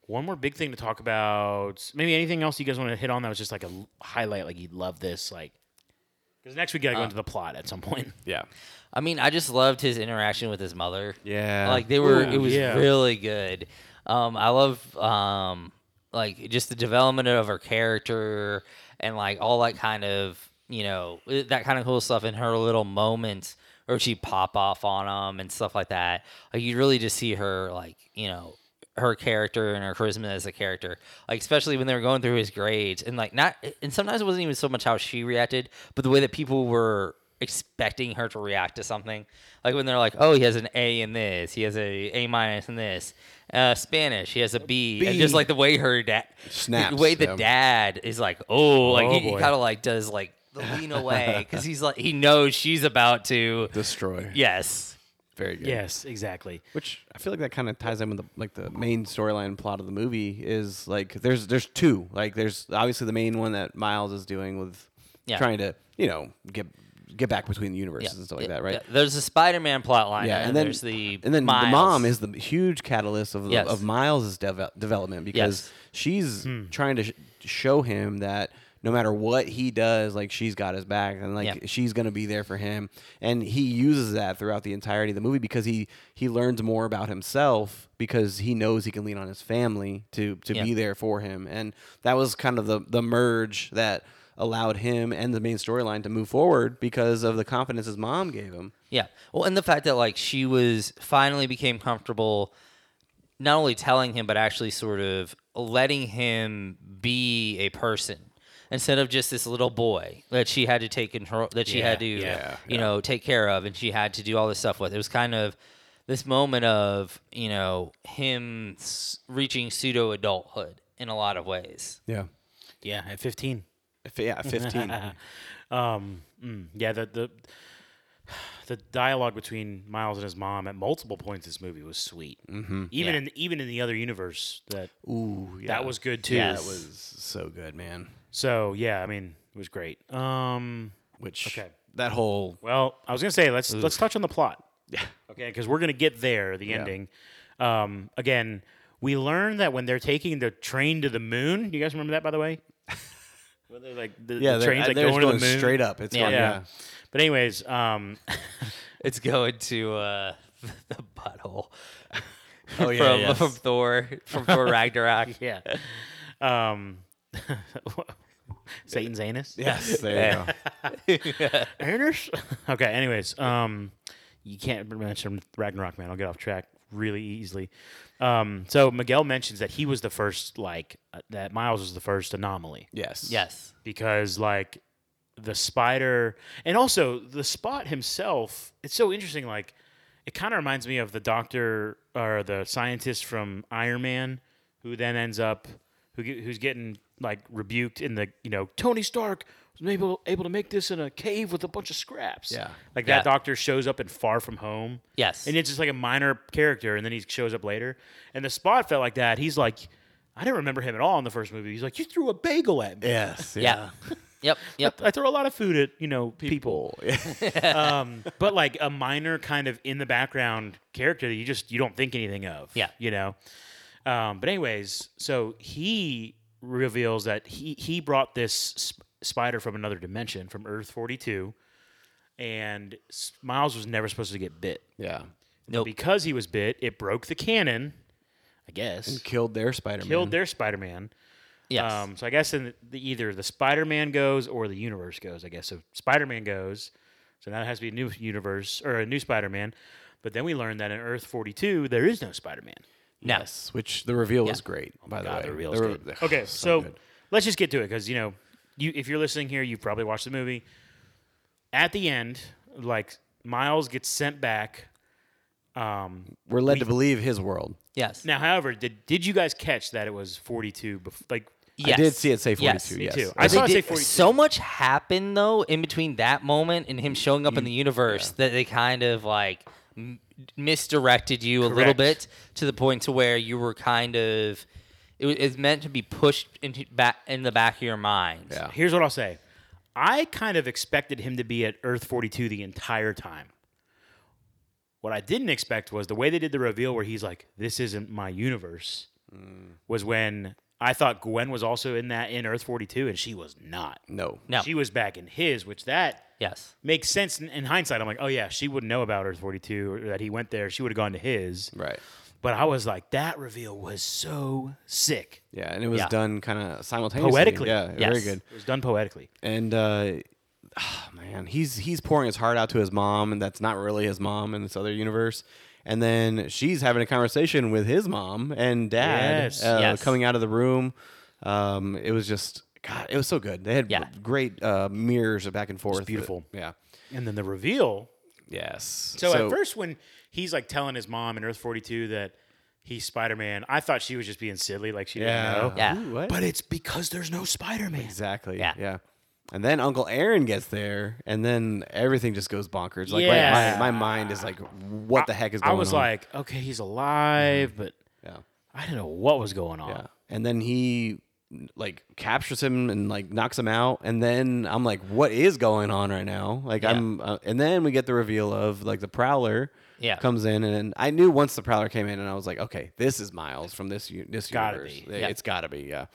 one more big thing to talk about. Maybe anything else you guys want to hit on that was just like a l- highlight, like you'd love this, like. Because next we gotta go into the plot at some point.
Yeah.
I mean, I just loved his interaction with his mother.
Yeah.
Like they were,
Ooh,
it was
yeah.
really good. Um, I love um, like just the development of her character and like all that kind of you know eh, that kind of cool stuff in her little moments where she pop off on him and stuff like that. Like you really just see her like you know her character and her charisma as a character like especially when they were going through his grades and like not and sometimes it wasn't even so much how she reacted but the way that people were expecting her to react to something like when they're like oh he has an a in this he has a a minus in this uh spanish he has a B, and just
B.
like the way her dad
Snaps,
the way the
yeah.
dad is like oh like
Oh,
he, he
boy.
kind of like does like the lean away because he's like he knows she's about to
Destroy.
yes
Very good.
Yes, exactly.
Which I feel like that kind of ties in with the, like the main storyline plot of the movie is like there's there's two like there's obviously the main one that Miles is doing with
Yeah.
trying to you know get get back between the universes
Yeah,
and stuff
yeah,
like that right
yeah. There's the Spider-Man plot line.
yeah,
and,
and then
there's the
and then
Miles.
the mom is the huge catalyst of
Yes.
of Miles's deve- development because
Yes.
she's trying to sh- show him that no matter what he does, like she's got his back and like
Yeah.
she's gonna be there for him, and he uses that throughout the entirety of the movie because he he learns more about himself because he knows he can lean on his family to to
Yeah.
be there for him, and that was kind of the the merge that allowed him and the main storyline to move forward because of the confidence his mom gave him.
Yeah. Well, and the fact that like she was finally became comfortable not only telling him but actually sort of letting him be a person instead of just this little boy that she had to take control that she had to
Yeah,
yeah,
you know take care of and she had to do all this stuff with it was kind of this moment of you know him s- reaching pseudo adulthood in a lot of ways
Yeah.
Yeah, at 15.
If- yeah, 15.
Um, mm, yeah, the, the the dialogue between Miles and his mom at multiple points in this movie was sweet. Mm-hmm. Even
Yeah.
in even in the other universe, that
Ooh, yeah.
that was good too.
Yeah, that was so good, man.
So yeah, I mean, it was great. Um,
Which
Okay.
that whole
well, I was gonna say let's let's touch on the plot. Yeah. Okay, because we're gonna get there, the ending. Um, again, we learn that when they're taking the train to the moon. You guys remember that, by the way? Where they're like the,
yeah,
the
they're,
train's like
they're
going,
just
to the moon.
straight up. It's
Yeah.
yeah,
Yeah.
yeah.
But anyways, um,
it's going to uh the butthole
Oh yeah,
from,
yes.
from Thor from Thor Ragnarok.
yeah. Um, Satan's anus.
yes. There you go.
Anus. okay. Anyways, um, you can't mention Ragnarok, man. I'll get off track really easily. Um, so Miguel mentions that he was the first, like uh, that Miles was the first anomaly
Yes.
Yes.
because like the spider and also the spot himself. It's so interesting. Like it kind of reminds me of the doctor or the scientist from Iron Man, who then ends up who ge- who's getting like rebuked in the you know Tony Stark was able able to make this in a cave with a bunch of scraps.
Yeah.
like that
Yeah.
doctor shows up in Far From Home.
Yes.
and it's just like a minor character, and then he shows up later. And the spot felt like that. He's like. I didn't remember him at all in the first movie. He's like, "You threw a bagel at me."
Yes.
Yeah. yep. Yep.
I throw a lot of food at you know people, um, but like a minor kind of in the background character that you just you don't think anything of.
Yeah.
you know. Um, but anyways, so he reveals that he he brought this sp- spider from another dimension from Earth forty two, and S- Miles was never supposed to get bit.
Yeah.
Nope.
Because he was bit, it broke the canon. I guess
Killed their Spider-Man.
killed their Spider Man.
Yes.
Um, so I guess in the, either the Spider Man goes or the universe goes. I guess so. Spider Man goes, so now it has to be a new universe or a new Spider Man. But then we learned that in Earth forty two there is no Spider Man.
no.
Yes. Which the reveal was great. by the
Oh God,
way,
the reveal's
The re-
Okay, so,
good.
let's just get to it because you know, you if you're listening here, you probably watched the movie. At the end, like Miles gets sent back. Um,
we're led to believe his world.
Yes.
now, however, did did you guys catch that it was forty two? Bef- like
yes.
I did see it say
Yes,
42.
me
Yes.
too. I
I
saw
think
it say
They did-
forty two.
so much happened though in between that moment and him showing up in the universe that they kind of like m- misdirected you a little
Correct.
bit to the point to where you were kind of it was it's meant to be pushed into back in the back of your mind.
Yeah.
Here's what I'll say. I kind of expected him to be at Earth 42 the entire time. What I didn't expect was the way they did the reveal where he's like, this isn't my universe, was when I thought Gwen was also in that in Earth 42 and she was not.
no.
No.
She was back in his, which that
Yes.
makes sense in, in hindsight. I'm like, oh yeah, she wouldn't know about Earth 42 or that he went there. She would have gone to his.
Right.
But I was like, that reveal was so sick.
Yeah, and it was
Yeah.
done kind of simultaneously.
Poetically.
Yeah, very
Yes.
good.
It was done poetically.
And uh ah, man, he's he's pouring his heart out to his mom and that's not really his mom in this other universe. And then she's having a conversation with his mom and dad
Yes.
uh,
Yes.
coming out of the room. Um it was just God, it was so good. They had
Yeah.
great uh, mirrors back and forth.
beautiful.
Yeah.
And then the reveal
Yes.
So, at first, when he's like telling his mom in Earth 42 that he's Spider Man, I thought she was just being silly, like she
yeah,
didn't know.
Yeah.
Ooh, what?
But it's because there's no Spider Man.
Exactly.
Yeah.
Yeah. And then Uncle Aaron gets there, and then everything just goes bonkers. Like my-
Yeah.
my, my, mind is like, what the heck is going
I
on? Mm-hmm.
was like, okay, he's alive, but
yeah,
I didn't know what was going on.
yeah. And then he like captures him and like knocks him out, and then I'm like, what is going on right now? Like I'm, uh, and then we get the reveal of like the Prowler.
Yeah.
comes in, and then I knew once the Prowler came in, and I was like, okay, this is Miles from this u- this
Gotta
universe.
be.
It-
Yeah.
It's gotta be, yeah.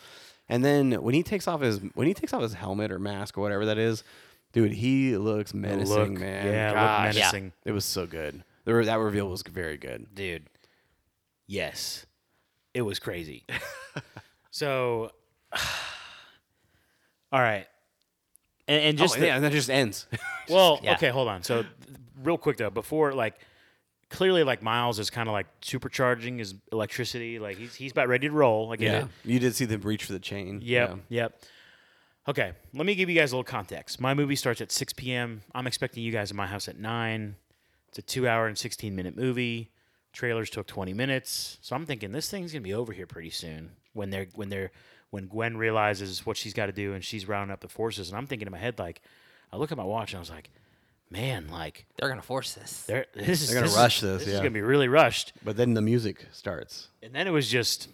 And then when he takes off his when he takes off his helmet or mask or whatever that is, dude, he looks menacing,
look,
man.
yeah, look
Gosh,
menacing.
It was so good. The re- that reveal was very good.
Dude, yes, it was crazy. so, all right. And, and just
Just
the-
yeah, and that just ends.
Well,
Yeah.
okay, hold on. So, th- real quick though, before like, clearly like Miles is kind of like supercharging his electricity. Like he's he's about ready to roll. I get it.
You did see them reach for the chain.
Yep. Yep. Okay. Let me give you guys a little context. My movie starts at 6 p.m. I'm expecting you guys in my house at 9. It's a two hour and 16 minute movie. Trailers took 20 minutes. So I'm thinking this thing's going to be over here pretty soon when they're, when they're, when Gwen realizes what she's got to do and she's rounding up the forces. And I'm thinking in my head, like, I look at my watch and I was like, man, like,
They're gonna force this.
they're, this is,
They're gonna
this is-
rush this,
This is
yeah.
going to be really rushed.
But then the music starts.
And then it was just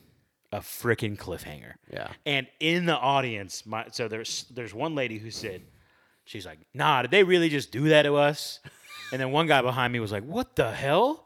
a freaking cliffhanger.
Yeah.
And in the audience, my so there's there's one lady who said, she's like, "Nah, did they really just do that to us?" And then one guy behind me was like, "What the hell?"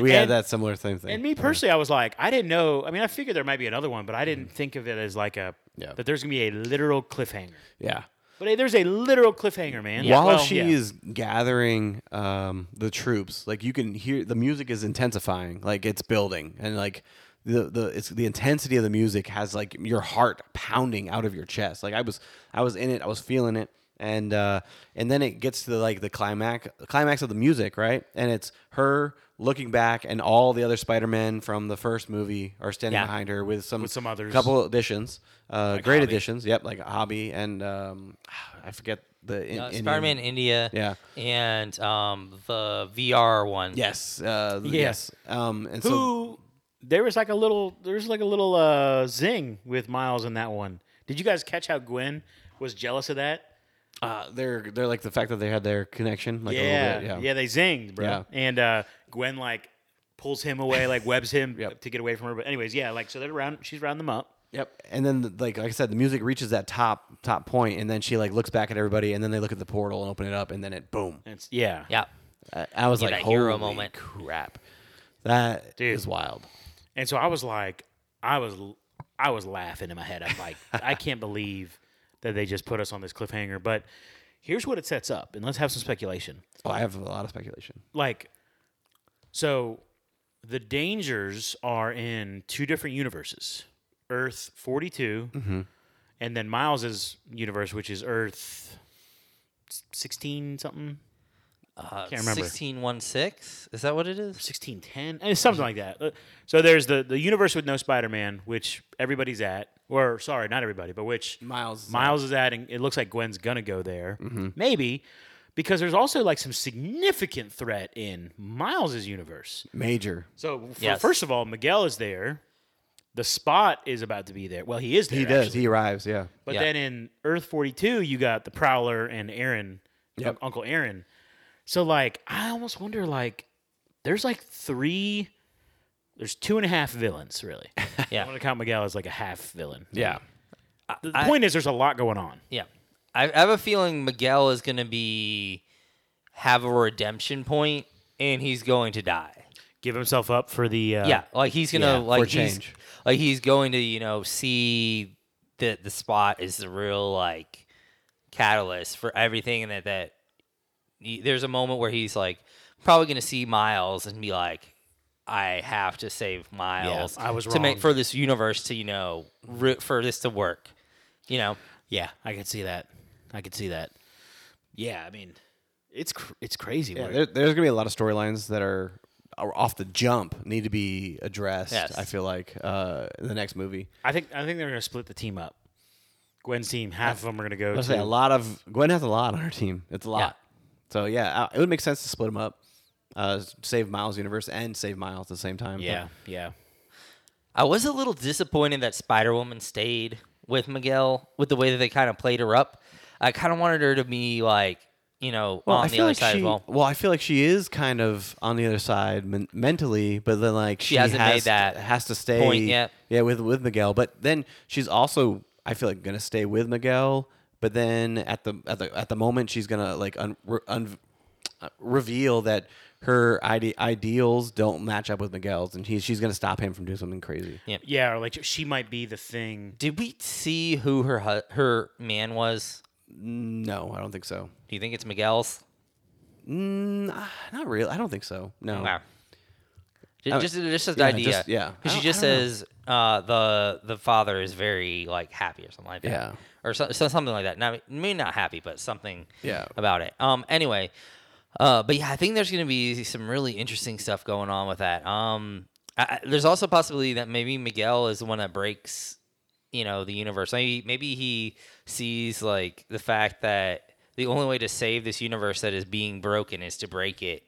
We had
And-
that similar same thing.
And me personally, I was like, I didn't know. I mean, I figured there might be another one, but I didn't think of it as like a
Mm-hmm. Yeah.
that there's gonna be a literal cliffhanger.
yeah.
But hey, there's a literal cliffhanger, man.
While
Well,
she
yeah.
is gathering um, the troops, like you can hear the music is intensifying, like it's building, and like the the it's the intensity of the music has like your heart pounding out of your chest. Like I was I was in it, I was feeling it, and uh, and then it gets to the, like the climax climax of the music, right? And it's her looking back, and all the other Spider Men from the first movie are standing
Yeah.
behind her with some
With some others.
couple additions, uh, great
Hobby.
additions. Yep, like Hobby and um, I forget. The in,
Uh,
Indian-
Spider-Man India.
Yeah.
And um, the VR one.
Yes. Uh, th-
Yeah.
Yes. Um, and so
who there was like a little there was like a little uh zing with Miles in that one. Did you guys catch how Gwen was jealous of that?
uh, they're they're like the fact that they had their connection, like a
yeah,
little bit. Yeah.
yeah, they zinged, bro.
Yeah.
And uh, Gwen like pulls him away, like webs him
Yep.
to get away from her. But anyways, yeah, like so they're round. She's rounding them up.
Yep. And then the- like like I said, the music reaches that top top point, and then she like looks back at everybody, and then they look at the portal and open it up, and then it boom.
And it's, yeah,
Yeah.
I, I was
Yeah,
like,
that hero
holy
moment.
crap, that is
Dude.
wild.
And so I was like, I was, I was laughing in my head. I'm like, I can't believe that they just put us on this cliffhanger. But here's what it sets up, and let's have some speculation.
Oh, I have a lot of speculation.
Like, so the dangers are in two different universes: Earth 42, and then Miles's universe, which is Earth 16 something.
Uh,
Can't remember.
Sixteen one six. Is that what it is?
1610 something like that Uh, so there's the the universe with no spider-man which everybody's at or sorry not everybody but which
Miles.
miles is at Mm-hmm. and it looks like gwen's gonna go there maybe because there's also like some significant threat in miles's universe
Major.
so f-
Yes.
first of all miguel is there the spot is about to be there well he is there
He does.
actually.
He arrives. Yeah.
But
Yeah.
then in Earth 42, you got the Prowler and Aaron,
Yep.
Uncle Aaron. So, like, I almost wonder, like, there's like three, there's two and a half villains, really. I
Yeah.
want to count Miguel as like a half villain.
Yeah.
The, the point is, there's a lot going on.
Yeah. I, I have a feeling Miguel is going to be have a redemption point and he's going to die.
Give himself up for the. Uh,
yeah, like he's going to
yeah,
like
for
he's
change.
like he's going to, you know, see that the spot is the real like catalyst for everything and that that he, there's a moment where he's like probably going to see Miles and be like I have to save Miles
I was
to make
wrong.
for this universe to, you know, re- for this to work. You know.
Yeah, I could see that. I could see that. Yeah, I mean, it's cr- it's crazy.
Yeah,
where-
there, there's gonna be a lot of storylines that are, are off the jump need to be addressed.
Yes.
I feel like uh, in the next movie.
I think I think they're going to split the team up. Gwen's team, half of them are going to go.
I
to,
say a lot of Gwen has a lot on her team. It's a lot. So yeah, uh, it would make sense to split them up, uh, save Miles Universe and save Miles at the same time.
Yeah, yeah.
I was a little disappointed that Spider Woman stayed with Miguel with the way that they kind of played her up. I kind of wanted her to be like, you know,
Well,
on
I
the
feel
other
like
side
she,
as well.
I feel like she is kind of on the other side men- mentally, but then like she,
hasn't
has,
made that
has to stay
point yet.
Yeah, with with Miguel, but then she's also I feel like gonna stay with Miguel, but then at the at the at the moment she's gonna like un, re- un, uh, reveal that her ide- ideals don't match up with Miguel's, and he, she's gonna stop him from doing something crazy.
Yeah.
Yeah, or like she might be the thing.
Did we see who her hu- her man was?
No, I don't think so.
Do you think it's Miguel's?
Mm, ah, not really. I don't think so. No.
Wow. Ju-
Uh,
Just, just as
yeah,
an idea,
just- yeah. I
Because she
don't-
just
I don't know.
says uh, the the father is very like happy or something like that,
Yeah.
or so, so something like that. Now, maybe not happy, but something
Yeah.
about it. Um. Anyway, Uh, but yeah, I think there's going to be some really interesting stuff going on with that. Um, I, I- there's also a possibility that maybe Miguel is the one that breaks, you know, the universe. Maybe maybe he sees like the fact that the only way to save this universe that is being broken is to break it.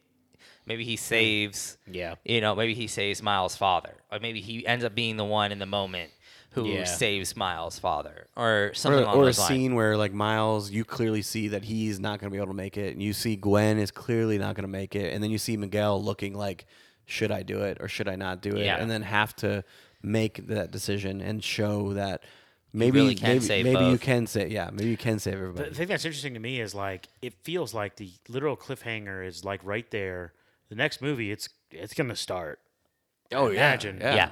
Maybe he saves
Hmm. Yeah.
you know, maybe he saves Miles' father, or maybe he ends up being the one in the moment who
Yeah.
saves Miles' father, or something
Or,
along
or a
those lines.
scene where like Miles, you clearly see that he's not going to be able to make it, and you see Gwen is clearly not going to make it, and then you see Miguel looking like, should I do it or should I not do it,
Yeah.
and then have to make that decision and show that maybe
really can
maybe,
save
maybe you
both.
can save yeah maybe you can save
The
everybody.
thing that's interesting to me is like it feels like the literal cliffhanger is like right there. The next movie, it's it's gonna start.
oh
Imagine.
yeah.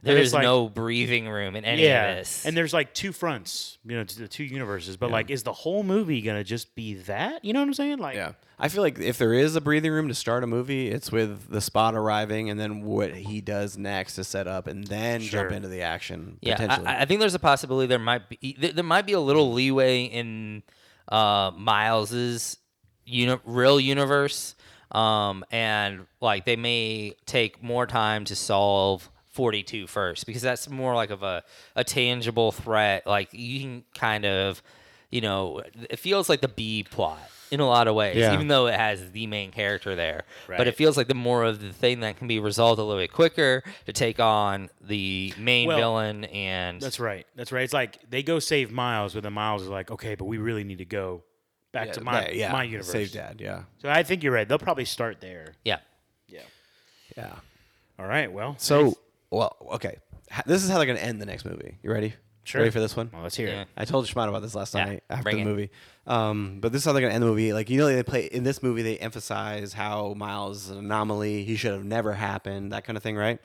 But
There
it's
is
like-
no breathing room in any of this.
And there's like two fronts, you know, to the two universes. But like, is the whole movie gonna just be that? You know what I'm saying? Like,
Yeah. I feel like if there is a breathing room to start a movie, it's with the spot arriving and then what he does next to set up and then
Sure.
jump into the action.
yeah,
potentially.
I- I, I think there's a possibility there might be there, there might be a little leeway in uh, Miles's uni- real universe, um, and like they may take more time to solve 42 first because that's more like of a a tangible threat. Like you can kind of, you know, it feels like the B plot. In a lot of ways,
Yeah.
even though it has the main character there, but
Right.
it feels like the more of the thing that can be resolved a little bit quicker to take on the main
Well,
villain and
That's right. That's right. It's like they go save Miles, but then Miles is like, okay, but we really need to go back to my
Yeah, yeah.
my universe.
Save dad, yeah.
So I think you're right. They'll probably start there.
yeah.
Yeah.
All right. Well,
So, well, okay. H- This is how they're going to end the next movie. You ready?
Sure.
Ready for this one?
well, let's hear
Yeah.
it.
I told Shimon about this last
Yeah,
night after
bring
the
it.
movie. Um, but this is how they're gonna end the movie. Like you know, they play in this movie. They emphasize how Miles is an anomaly. He should have never happened. That kind of thing, right?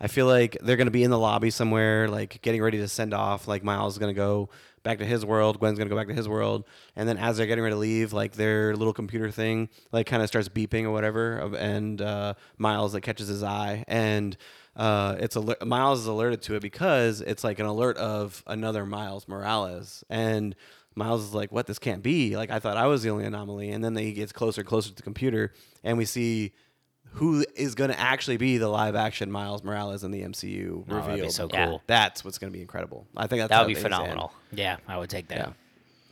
I feel like they're gonna be in the lobby somewhere, like getting ready to send off. Like Miles is gonna go back to his world. Gwen's gonna go back to his world. And then as they're getting ready to leave, like their little computer thing, like kind of starts beeping or whatever. of- And uh, Miles that catches his eye and. Uh, it's alert. Miles is alerted to it because it's like an alert of another Miles Morales, and Miles is like, "What? This can't be! Like I thought I was the only anomaly." And then he gets closer, closer to the computer, and we see who is going to actually be the live action Miles Morales in the MCU
Oh, that'd be
reveal.
so
Yeah.
cool.
That's what's going to be incredible. I think that's
That
how
would be
things end.
phenomenal.
Yeah, I would take that.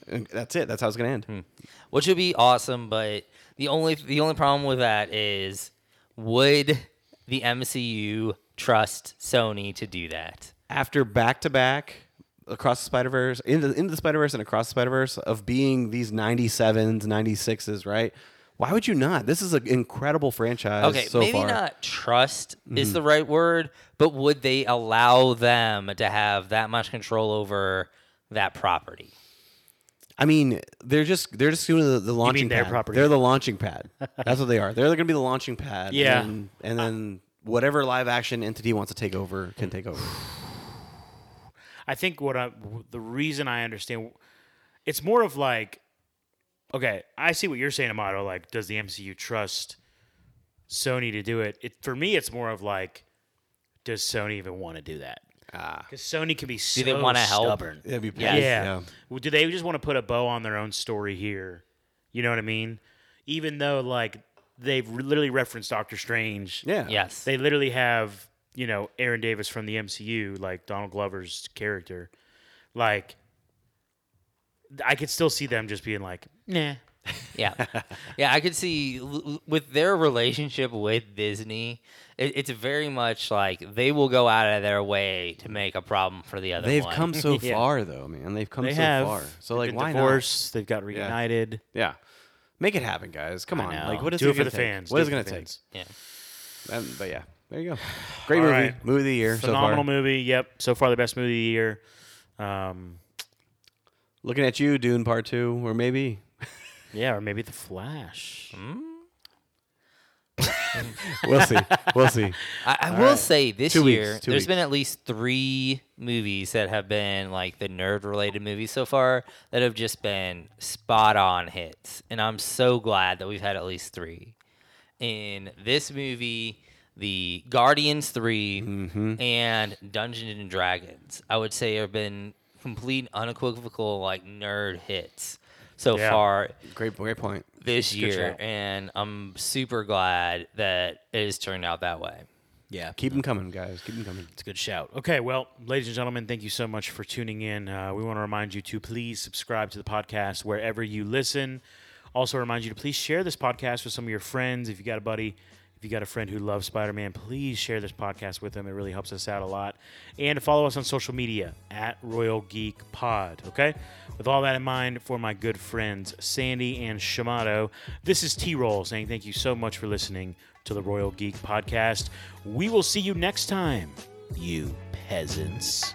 Yeah, And that's it. That's how it's going to
Hmm.
end.
Which would be awesome, but the only the only problem with that is would the MCU trust Sony to do that?
after back to back across the Spider Verse, into into the Spider Verse and across the Spider Verse of being these ninety sevens, ninety sixes, right? Why would you not? This is an incredible franchise.
Okay,
so
maybe
far.
not trust
Mm-hmm.
is the right word, but would they allow them to have that much control over that property?
I mean, they're just they're just doing the, the launching
their
pad.
property.
They're the launching pad. That's what they are. They're going to be the launching pad.
Yeah.
and, and then whatever live action entity wants to take over can take over.
I think what I w- the reason I understand it's more of like okay, I see what you're saying, Amato. Like, does the MCU trust Sony to do it? It for me, it's more of like, does Sony even want to do that?
Ah,
Because Sony can be so
Do they want to help?
stubborn.
that'd be
Yeah.
Yeah.
yeah.
Well, do they just want to put a bow on their own story here? You know what I mean? Even though like they've re- literally referenced Doctor Strange.
yeah,
Yes.
They literally have, you know, Aaron Davis from the MCU, like Donald Glover's character. Like, I could still see them just being like, nah.
Yeah, yeah, I could see l- l- with their relationship with Disney, it, it's very much like they will go out of their way to make a problem for the other.
They've
one.
come so
Yeah.
far, though, man. They've come
They
so
have.
far. So
they've
like,
been
why not?
divorced, They've got reunited.
Yeah. Make it happen, guys. Come on.
No.
Like, what is
do
it,
it for
gonna
the
take?
fans?
What
do
is
for
it going
the
to take?
fans.
Yeah.
Um, but yeah, there you go. Great
All
movie.
right.
Movie of the year.
Phenomenal
so far.
movie. Yep. So far, the best movie of the year. Um,
Looking at you, Dune Part Two, or maybe.
yeah, or maybe The Flash.
We'll see. we'll see.
I, I will say this
Two weeks,
year, there's
two weeks.
been at least three movies that have been like the nerd related movies so far that have just been spot on hits. And I'm so glad that we've had at least three. In this movie, the Guardians 3
Mm-hmm.
and Dungeons and Dragons, I would say have been complete, unequivocal, like nerd hits. so
Yeah.
far
Great, great point.
this
good
year,
shout.
and I'm super glad that it has turned out that way.
Yeah.
Keep them coming, guys. Keep them coming.
It's a good shout. Okay, well, ladies and gentlemen, thank you so much for tuning in. Uh, we want to remind you to please subscribe to the podcast wherever you listen. Also, remind you to please share this podcast with some of your friends. If you got a buddy, if you got a friend who loves Spider Man, please share this podcast with them. It really helps us out a lot. And follow us on social media at Royal Geek Pod. Okay, with all that in mind, for my good friends Sandy and Shamato, this is T Roll saying thank you so much for listening to the Royal Geek Podcast. We will see you next time, you peasants.